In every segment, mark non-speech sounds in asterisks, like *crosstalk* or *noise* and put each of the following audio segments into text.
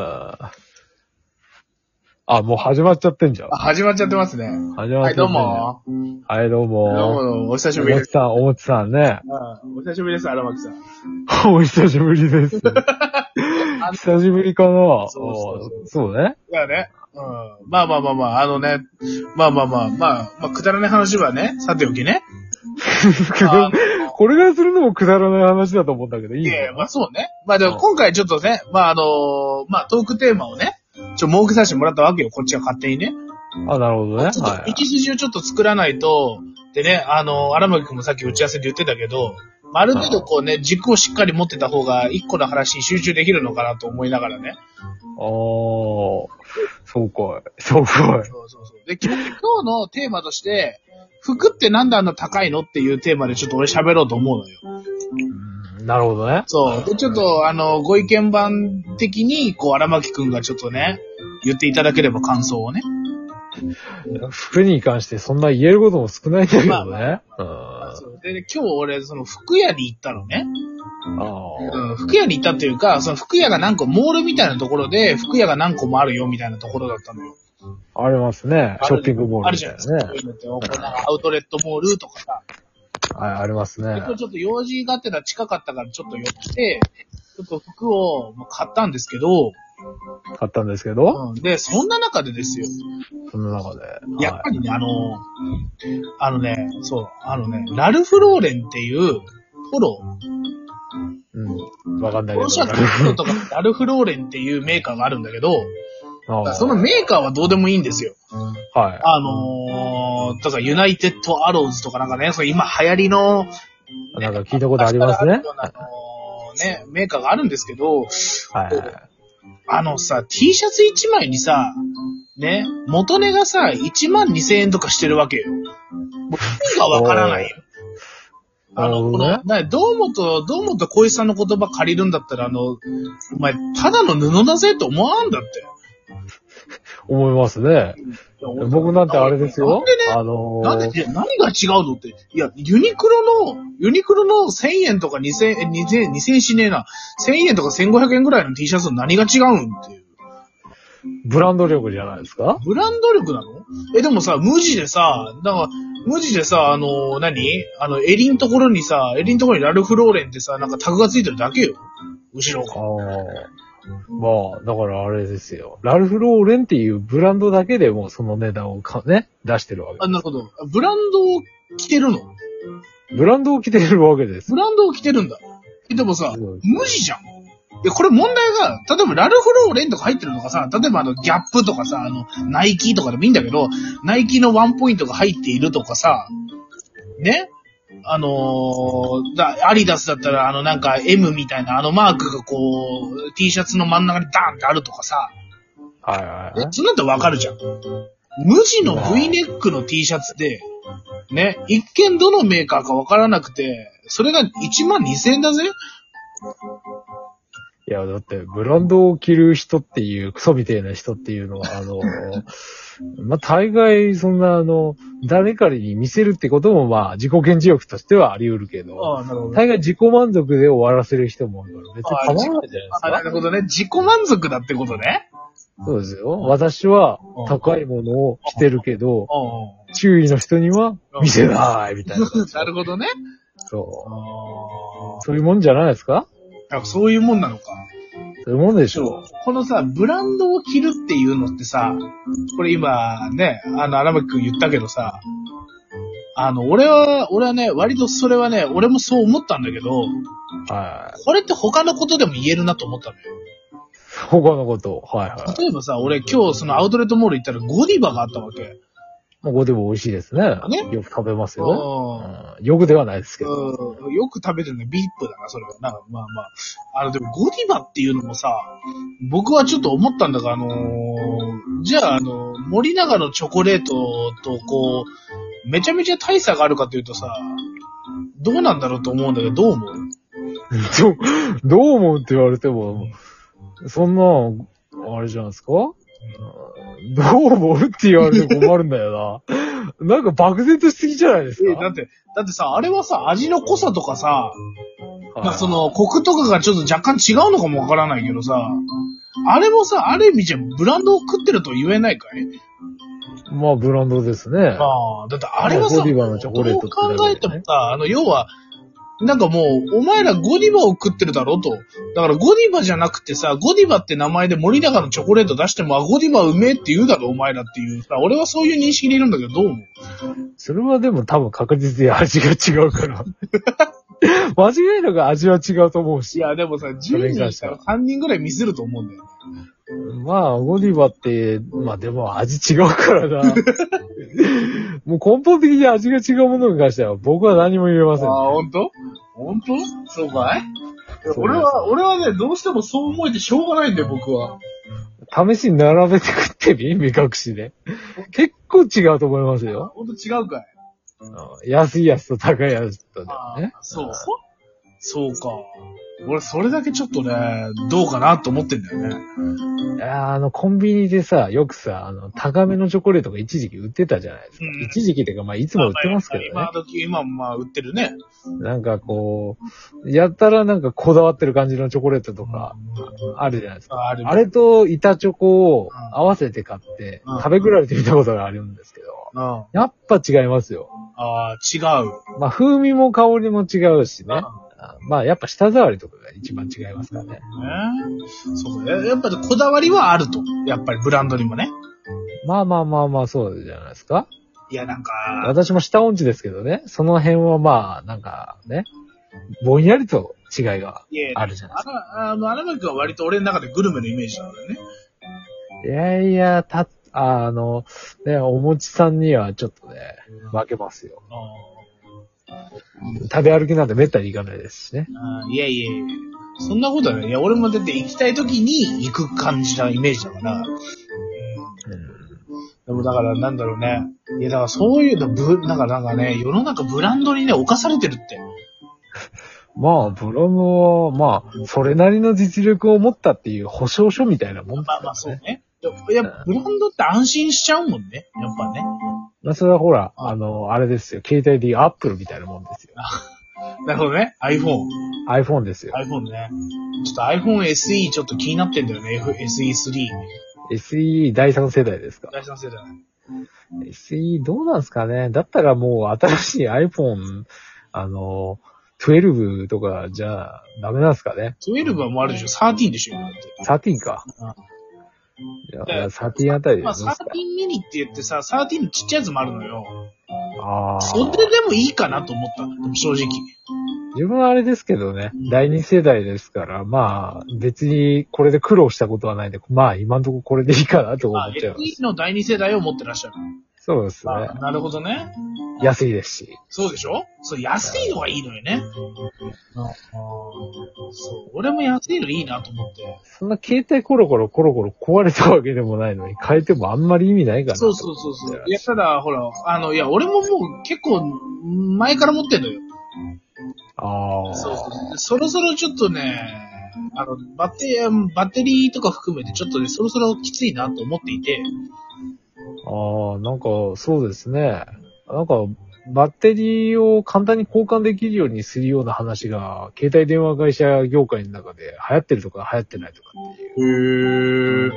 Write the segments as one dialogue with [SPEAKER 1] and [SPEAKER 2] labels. [SPEAKER 1] ああ、もう始まっちゃってんじゃん。
[SPEAKER 2] あ始まっちゃってますね。
[SPEAKER 1] 始ま
[SPEAKER 2] は
[SPEAKER 1] っちゃってんじゃ。
[SPEAKER 2] い、どうんも。
[SPEAKER 1] はい、どう
[SPEAKER 2] どうも
[SPEAKER 1] も。
[SPEAKER 2] どうも、お久し
[SPEAKER 1] お
[SPEAKER 2] ぶり
[SPEAKER 1] も
[SPEAKER 2] で
[SPEAKER 1] ち
[SPEAKER 2] す。
[SPEAKER 1] さん、おもちさんね。 *laughs*
[SPEAKER 2] うんお久しぶりです、荒牧さん。
[SPEAKER 1] お久しぶり
[SPEAKER 2] *laughs*
[SPEAKER 1] です。久しぶりかな
[SPEAKER 2] そうそうそう
[SPEAKER 1] おそうね。
[SPEAKER 2] だよね。うん。まあまあまあまあ、あのね、まあまあまあ、まあ、まあ、くだらない話はね、さておき
[SPEAKER 1] *laughs*
[SPEAKER 2] ね。あ
[SPEAKER 1] これぐらいするのもくだらない話だと思うんだけど、いい
[SPEAKER 2] い
[SPEAKER 1] の
[SPEAKER 2] やいや、まあそうね。まあでも今回ちょっとね、まああのーまあトークテーマをね、ちょ、設けさせてもらったわけよ、こっちは勝手にね。
[SPEAKER 1] あ、なるほどね。
[SPEAKER 2] ちょっ
[SPEAKER 1] は
[SPEAKER 2] と、
[SPEAKER 1] い
[SPEAKER 2] 道。筋をちょっと作らないと、でね、あの、荒牧くんもさっき打ち合わせで言ってたけど、まあある程度こうね、軸をしっかり持ってた方が、一個の話に集中できるのかなと思いながらね。
[SPEAKER 1] あー、そうかい。そうかい。
[SPEAKER 2] そうそうそう。で、今日今日のテーマとして、服ってなんであんな高いのっていうテーマでちょっと俺喋ろうと思うのよ。
[SPEAKER 1] うんなるほどね。
[SPEAKER 2] そう。で、ちょっと、あの、ご意見番的に、こう、荒牧くんがちょっとね、言っていただければ感想をね。
[SPEAKER 1] 服に関してそんな言えることも少ないんだけどね。
[SPEAKER 2] まあま
[SPEAKER 1] うん。
[SPEAKER 2] そうで、で今日俺、その服屋に行ったのね。
[SPEAKER 1] あ
[SPEAKER 2] うん、服屋に行ったというか、その服屋が何個、モールみたいなところで、服屋が何個もあるよみたいなところだったのよ。
[SPEAKER 1] あ、ありますね。ショッピングモールみたい
[SPEAKER 2] あるじゃない
[SPEAKER 1] な
[SPEAKER 2] で
[SPEAKER 1] ね。
[SPEAKER 2] すか。こういうのってこうなんかアウトレットモールとかさ。
[SPEAKER 1] はい、あります
[SPEAKER 2] で
[SPEAKER 1] ね
[SPEAKER 2] 今。日ちょっと用事があってたら近かったからちょっと寄って、ちょっと服をまあ買ったんですけど、
[SPEAKER 1] 買ったんですけど、
[SPEAKER 2] うん、で、そんな中でですよ。
[SPEAKER 1] その中で。
[SPEAKER 2] やっぱりね、あの、あのね、そう、あのね、ラルフローレンっていう、ポロ、
[SPEAKER 1] うん。わかんない
[SPEAKER 2] ポ
[SPEAKER 1] け
[SPEAKER 2] ロシャ
[SPEAKER 1] ど。
[SPEAKER 2] ツのポロと
[SPEAKER 1] *laughs*
[SPEAKER 2] かラルフローレンっていうメーカーがあるんだけど、
[SPEAKER 1] ああ
[SPEAKER 2] そのメーカーはどうでもいいんですよ。
[SPEAKER 1] はい。
[SPEAKER 2] あのー、だからユナイテッドアローズとかなんかね、その今流行りの、
[SPEAKER 1] なんか聞いたことありますね
[SPEAKER 2] 昔。からあるようなあのーね、メーカーがあるんですけど、
[SPEAKER 1] は
[SPEAKER 2] あのさ、T シャツ1枚にさ、ね、元値がさ、1万2000円とかしてるわけよ。もう意味がわからない
[SPEAKER 1] *laughs*
[SPEAKER 2] よ。
[SPEAKER 1] おー
[SPEAKER 2] あの、こ
[SPEAKER 1] なる
[SPEAKER 2] の、な、どうもと、どうもと小石さんの言葉借りるんだったら、あの、お前、ただの布だぜと思わんだって。
[SPEAKER 1] い。思いますね。僕なんてあれです
[SPEAKER 2] な
[SPEAKER 1] よ
[SPEAKER 2] んでね。
[SPEAKER 1] あの
[SPEAKER 2] なんで、
[SPEAKER 1] ー、
[SPEAKER 2] いや何が違うのって。いや、ユニクロの、ユニクロの1000円とか2000円、2000円、2000円しねえな。1000円とか1500円ぐらいの T シャツの何が違うんっていう。
[SPEAKER 1] ブランド力じゃないですか
[SPEAKER 2] ブランド力なのえ、でもさ、無地でさ、だから、無地でさ、あの、何あの、襟のところにさ、襟のところにラルフローレンってさ、なんかタグがついてるだけよ。後ろ
[SPEAKER 1] あ
[SPEAKER 2] が。
[SPEAKER 1] あ。まあ、だからあれですよ。ラルフ・ローレンっていうブランドだけでもうその値段をかね、出してるわ
[SPEAKER 2] あ、なるほど。ブランドを着てるの
[SPEAKER 1] け。ブランドを着てるわけです。
[SPEAKER 2] ブランドを着てるんだ。えでもさ、
[SPEAKER 1] うん
[SPEAKER 2] 無地じゃん。で、これ問題が、例えばラルフローレンとか入ってるのがさ、例えばあの、ギャップとかさ、あの、ナイキとかでもいいんだけど、ナイキのワンポイントが入っているとかさ、ねあのーだ、アリダスだったらあのなんか M みたいなあのマークがこう、T シャツの真ん中にダーンってあるとかさ、
[SPEAKER 1] はいはい
[SPEAKER 2] え
[SPEAKER 1] はい。
[SPEAKER 2] そんなんだわかるじゃん。無地の V ネックの T シャツで、ね、一見どのメーカーかわからなくて、それが1万2000円だぜ
[SPEAKER 1] いや、だって、ブランドを着る人っていう、クソみたいな人っていうのは、あ
[SPEAKER 2] *laughs*
[SPEAKER 1] の、まあ、大概、そんな、あの、誰かに見せるってことも、まあ、自己顕示欲としてはあり得るけど、
[SPEAKER 2] あ、なるほ
[SPEAKER 1] 大概自己満足で終わらせる人もいるから、別に構わないじゃないです
[SPEAKER 2] あ、な
[SPEAKER 1] か。
[SPEAKER 2] るほどね。自己満足だってことね。
[SPEAKER 1] そうですよ。私は、高いものを着てるけど、
[SPEAKER 2] う
[SPEAKER 1] 周囲の人には見せない、みたい
[SPEAKER 2] *laughs*
[SPEAKER 1] な。
[SPEAKER 2] ん。なるほどね。
[SPEAKER 1] そう。
[SPEAKER 2] あ
[SPEAKER 1] そういうもんじゃないですか
[SPEAKER 2] あ。そういうもんなのか。
[SPEAKER 1] そういうもんでしょ
[SPEAKER 2] このさ、ブランドを着るっていうのってさ、これ今ね、あの、荒牧くん言ったけどさ、あの、俺は、俺はね、割とそれはね、俺もそう思ったんだけど、
[SPEAKER 1] う。はい。
[SPEAKER 2] これって他のことでも言えるなと思ったのよ。
[SPEAKER 1] 他のこと。はいはい。
[SPEAKER 2] 例えばさ、俺今日そのアウトレットモール行ったらゴディバがあったわけ。
[SPEAKER 1] まあここでも美味しいですね。
[SPEAKER 2] ね
[SPEAKER 1] よく食べますよ。
[SPEAKER 2] うん。
[SPEAKER 1] うんよくではないですけど。
[SPEAKER 2] うん、よく食べてるね、ビップだな、それは。なんかまあまあ。あの、でも、ゴディバっていうのもさ、僕はちょっと思ったんだが、あのーじゃあ、あの、森永のチョコレートと、こう、めちゃめちゃ大差があるかというとさ、どうなんだろうと思うんだけど、どう思う
[SPEAKER 1] *laughs* どう、どう思うって言われても、そんな、あれじゃないですかうんどう思うって言われて困るんだよな。 *laughs* なんか漠然としすぎじゃないです
[SPEAKER 2] え、
[SPEAKER 1] か。
[SPEAKER 2] だって、だってさ、あれはさ、味の濃さとかさ、
[SPEAKER 1] はい
[SPEAKER 2] まあその、コクとかがちょっと若干違うのかもわからないけどさ、あれもさ、ある意味じゃブランドを食ってるとは言えないかい
[SPEAKER 1] まあ、ブランドですね。
[SPEAKER 2] ああ、だってあれはさ、
[SPEAKER 1] ゴディバのチョコレートって
[SPEAKER 2] どう考え
[SPEAKER 1] だけ
[SPEAKER 2] て
[SPEAKER 1] で
[SPEAKER 2] も
[SPEAKER 1] ね
[SPEAKER 2] さ、あの、要は、なんかもう、お前らゴディバを食ってるだろと。だからゴディバじゃなくてさ、ゴディバって名前で森永のチョコレート出しても、あ、ゴディバうめえって言うだろ、お前らっていうさ、俺はそういう認識でいるんだけど、どう思う
[SPEAKER 1] それはでも多分確実に味が違うから。
[SPEAKER 2] *laughs*
[SPEAKER 1] 間違いなく味は違うと思う
[SPEAKER 2] い
[SPEAKER 1] し。
[SPEAKER 2] や、でもさ、
[SPEAKER 1] それ
[SPEAKER 2] 10
[SPEAKER 1] に
[SPEAKER 2] 人
[SPEAKER 1] 関
[SPEAKER 2] し
[SPEAKER 1] したて
[SPEAKER 2] ら
[SPEAKER 1] は
[SPEAKER 2] 3人ぐらいミスると思うんだよね。
[SPEAKER 1] まあ、ゴディバって、まあでも味違うからな。もう根本的に味が違うものに関しては僕は何も言えません。
[SPEAKER 2] ああ、ほんとほんとそうかい
[SPEAKER 1] そうです
[SPEAKER 2] 俺は、俺はね、どうしてもそう思えてしょうがないんだよ、僕は。
[SPEAKER 1] 試しに並べて食ってみ目隠しで。結構違うと思いますよ。
[SPEAKER 2] ほんと違うかい
[SPEAKER 1] うん安いやつと高いやつとで
[SPEAKER 2] あ
[SPEAKER 1] ね。
[SPEAKER 2] あそう。そうか。俺、それだけちょっとね、どうかなと思ってんだよね。
[SPEAKER 1] いやーあの、コンビニでさ、よくさ、あの、高めのチョコレートが一時期売ってたじゃないですか。
[SPEAKER 2] うん
[SPEAKER 1] 一時期っていうか、まあ、いつも売ってますけどね。
[SPEAKER 2] まあ今時、今もまあ売ってるね。
[SPEAKER 1] なんかこう、やったらなんかこだわってる感じのチョコレートとか、あるじゃないですか。
[SPEAKER 2] ある
[SPEAKER 1] あれと板チョコを合わせて買って
[SPEAKER 2] うん、
[SPEAKER 1] 食べ比べてみたことがあるんですけど、
[SPEAKER 2] うん。あ
[SPEAKER 1] やっぱ違いますよ。
[SPEAKER 2] あ、違う。
[SPEAKER 1] まあ、風味も香りも違うしね
[SPEAKER 2] ね。
[SPEAKER 1] あまあ、やっぱ舌触りとかが一番違いますからね。
[SPEAKER 2] そうか。ややっぱりこだわりはあると。やっぱりブランドにもね。
[SPEAKER 1] まあまあまあまあ、そうじゃないですか。
[SPEAKER 2] いや、なんか、
[SPEAKER 1] 私も舌音痴ですけどね、その辺はまあ、なんかね、ぼんやりと違いが
[SPEAKER 2] いや、
[SPEAKER 1] あるじゃないですか
[SPEAKER 2] あら、あの、荒牧君は割と俺の中でグルメのイメージなんだよね。
[SPEAKER 1] いやいや、た、ああの、ね、お餅さんにはちょっとね、負けますよ。食べ歩きなんてめったに行かないですしね。
[SPEAKER 2] ああいやいやいやそんなことはない。いや、俺もだって行きたい時に行く感じなイメージだから。でもだから、なんだろうね。いや、だからそういうの、ぶ、なんかなんかね、世の中ブランドにね、侵されてるって。
[SPEAKER 1] まあ、ブロムは、まあ、それなりの実力を持ったっていう保証書みたいなもんです
[SPEAKER 2] ま
[SPEAKER 1] か
[SPEAKER 2] あ
[SPEAKER 1] ら
[SPEAKER 2] まあ、そうね。でもいや、ブランドって安心しちゃうもんね。やっぱね。
[SPEAKER 1] まあ、それはほら、あの、あれですよ。携帯で言うアップルみたいなもんですよ。
[SPEAKER 2] なるほどね。iPhone。
[SPEAKER 1] iPhone ですよ。
[SPEAKER 2] iPhone ね。ちょっと iPhone SE ちょっと気になってんだよね。SE3。
[SPEAKER 1] SE 第3世代ですか。
[SPEAKER 2] 第三世代。
[SPEAKER 1] SE どうなんですかね。だったらもう新しい iPhone、あの、12とかじゃダメなんですかね。
[SPEAKER 2] 12はもうあるでしょ。13でしょ。今だって
[SPEAKER 1] 13か。い
[SPEAKER 2] で
[SPEAKER 1] や、13あたりで
[SPEAKER 2] まあ、
[SPEAKER 1] すか
[SPEAKER 2] 13。ミニって言ってさ、13のちっちゃいやつもあるのよ。
[SPEAKER 1] ああ。
[SPEAKER 2] それでもいいかなと思った。でも正直。
[SPEAKER 1] 自分はあれですけどね、第二世代ですから、まあ、別にこれで苦労したことはないんで、まあ、今のところこれでいいかなと思
[SPEAKER 2] まあ、
[SPEAKER 1] っちゃいます。
[SPEAKER 2] SE の第二世代を持ってらっしゃる。
[SPEAKER 1] そうですね
[SPEAKER 2] あ。なるほどね。
[SPEAKER 1] 安いですし。
[SPEAKER 2] そうでしょそう、安いのがいいのよね。そう、俺も安いのいいなと思って。
[SPEAKER 1] そんな携帯コロコロコロコロ壊れたわけでもないのに、変えてもあんまり意味ないかな。
[SPEAKER 2] そうそうそうそう。いや、ただ、ほら、あの、いや、俺ももう結構前から持ってんのよ。
[SPEAKER 1] ああ。
[SPEAKER 2] そうそう。でそろそろちょっとね、あの、バッテ、バッテリーとか含めてちょっとね、そろそろきついなと思っていて、
[SPEAKER 1] ああ、なんか、そうですね。なんか、バッテリーを簡単に交換できるようにするような話が、携帯電話会社業界の中で流行ってるとか流行ってないとかっていう。
[SPEAKER 2] へー。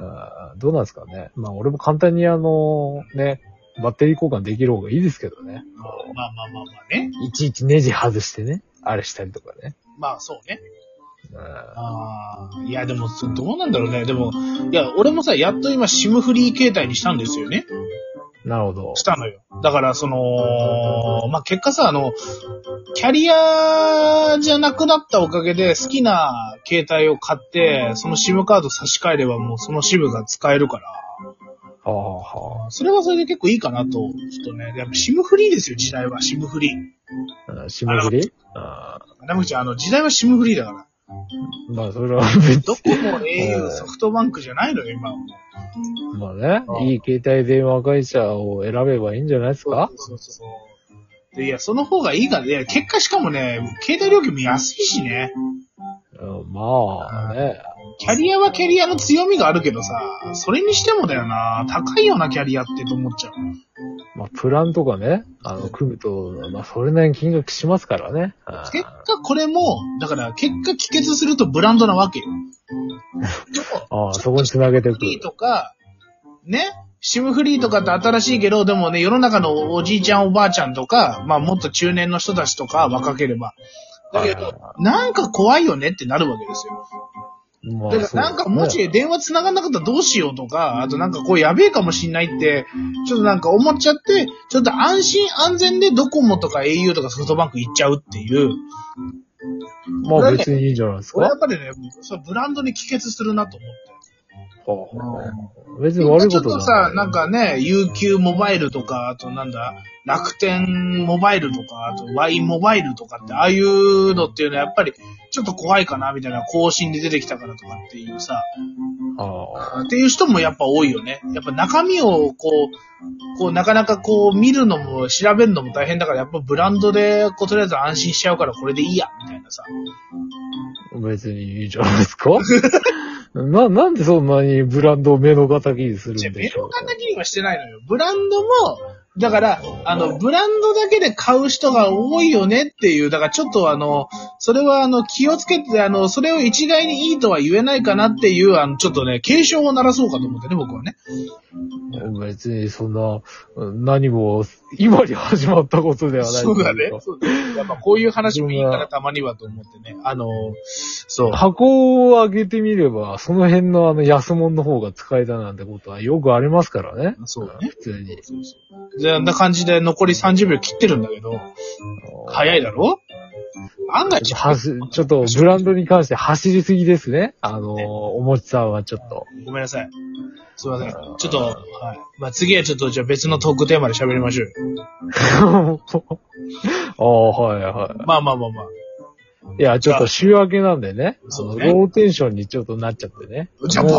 [SPEAKER 1] あーどうなんですかね。まあ、俺も簡単にあの、ね、バッテリー交換できる方がいいですけどね。
[SPEAKER 2] まあまあまあまあね。
[SPEAKER 1] いちいちネジ外してね、あれしたりとかね。
[SPEAKER 2] まあそうね。
[SPEAKER 1] うん
[SPEAKER 2] ああ、いやでも、そどうなんだろうね。でも、いや、俺もさ、やっと今、シムフリー携帯にしたんですよね。
[SPEAKER 1] なるほど
[SPEAKER 2] し。たのよ。だから、その、まあ、結果さ、あの、キャリアじゃなくなったおかげで、好きな携帯を買って、そのシムカード差し替えれば、もうそのシムが使えるから、
[SPEAKER 1] ああ、は
[SPEAKER 2] それはそれで結構いいかなと、ちょっとね、やっぱシムフリーですよ、時代は、シムフリ
[SPEAKER 1] あ
[SPEAKER 2] ー。
[SPEAKER 1] うん。締め切りああ
[SPEAKER 2] なむちゃん、あの、時代はシムフリーだから。
[SPEAKER 1] ー。まあ、それは別 *laughs*
[SPEAKER 2] どこも au、
[SPEAKER 1] うん
[SPEAKER 2] ソフトバンクじゃないのよ、今はもう。
[SPEAKER 1] に、まあね
[SPEAKER 2] うん、
[SPEAKER 1] いい携帯電話会社を選べばいいんじゃないですか
[SPEAKER 2] そうそうそう。でいや、その方がいいから、いや、結果しかもね、携帯料金も安いしね。
[SPEAKER 1] うんまあね。
[SPEAKER 2] キャリアはキャリアの強みがあるけどさ、それにしてもだよな、高いよな、キャリアってと思っちゃう。
[SPEAKER 1] まあ、プランとかね、あの、組むと、まあ、それなりに金額しますからね。
[SPEAKER 2] 結果これも、だから結果帰結するとブランドなわけよ。
[SPEAKER 1] うんああ、そこに繋げてい
[SPEAKER 2] フ
[SPEAKER 1] く。
[SPEAKER 2] リーとか、ね、シムフリーとかって新しいけど、でもね、世の中のおじいちゃんおばあちゃんとか、まあもっと中年の人たちとか若ければ。だけ
[SPEAKER 1] はい
[SPEAKER 2] ど
[SPEAKER 1] はい、
[SPEAKER 2] なんか怖いよねってなるわけですよ。
[SPEAKER 1] まあ
[SPEAKER 2] だからなんかも
[SPEAKER 1] そうですね
[SPEAKER 2] し電話繋がんなかったらどうしようとか、あとなんかこうやべえかもしんないって、ちょっとなんか思っちゃって、ちょっと安心安全でドコモとか au とかソフトバンク行っちゃうっていう。
[SPEAKER 1] まあ別にいいんじゃないです
[SPEAKER 2] これや
[SPEAKER 1] か
[SPEAKER 2] っ。ぱりね、そのブランドに帰結するなと思って。
[SPEAKER 1] 別に悪い
[SPEAKER 2] ちょ
[SPEAKER 1] こと
[SPEAKER 2] っと
[SPEAKER 1] じゃ
[SPEAKER 2] さ
[SPEAKER 1] な、い。
[SPEAKER 2] なんかね、UQ モバイルとか、あとなんだ、楽天モバイルとか、あと Y モバイルとかって、ああいうのっていうのはやっぱり、ちょっと怖いかな、みたいな更新で出てきたからとかっていうさ、
[SPEAKER 1] ああ
[SPEAKER 2] っていう人もやっぱ多いよね。やっぱ中身をこう、こう、なかなかこう、見るのも調べるのも大変だから、やっぱブランドで、こう、とりあえず安心しちゃうからこれでいいや、みたいなさ。
[SPEAKER 1] 別にいいじゃないですか *laughs* な、なんでそんなにブランドを目の敵にする
[SPEAKER 2] じゃあ、
[SPEAKER 1] んで
[SPEAKER 2] メ
[SPEAKER 1] しょ
[SPEAKER 2] ロ
[SPEAKER 1] う
[SPEAKER 2] カタキリはしてないのよ。ブランドも、だから、あの、ブランドだけで買う人が多いよねっていう、だからちょっとあの、それはあの、気をつけて、あの、それを一概にいいとは言えないかなっていう、あの、ちょっとね、警鐘を鳴らそうかと思ってね、僕はね。
[SPEAKER 1] 別にそんな、うん何も、今に始まったことではないと
[SPEAKER 2] そ
[SPEAKER 1] いうか
[SPEAKER 2] だね。そうだねやっぱこういう話もいいからたまにはと思ってね。あの、そう。
[SPEAKER 1] 箱を開けてみれば、その辺のあの安物の方が使えたなんてことはよくありますからね。
[SPEAKER 2] そうだね。
[SPEAKER 1] 普通に。
[SPEAKER 2] そうそうじゃあ、あんな感じで残り30秒切ってるんだけど、早いだろ案外
[SPEAKER 1] ちょっとはしちょっとブランドに関して走りすぎですね。あのー、おもちさんはちょっと。
[SPEAKER 2] ごめんなさい。すいません。ち
[SPEAKER 1] あー
[SPEAKER 2] ょっと、はい。まあ、次はちょっと、じゃあ別のトークテーマで喋りましょうよ。
[SPEAKER 1] *laughs* ああ、はいは
[SPEAKER 2] まあまあまあまあ。
[SPEAKER 1] い。いや、ちょっと週明けなんでね。
[SPEAKER 2] そう
[SPEAKER 1] あ
[SPEAKER 2] ね
[SPEAKER 1] のローテンションにちょっとなっちゃってね。
[SPEAKER 2] じゃあ
[SPEAKER 1] もう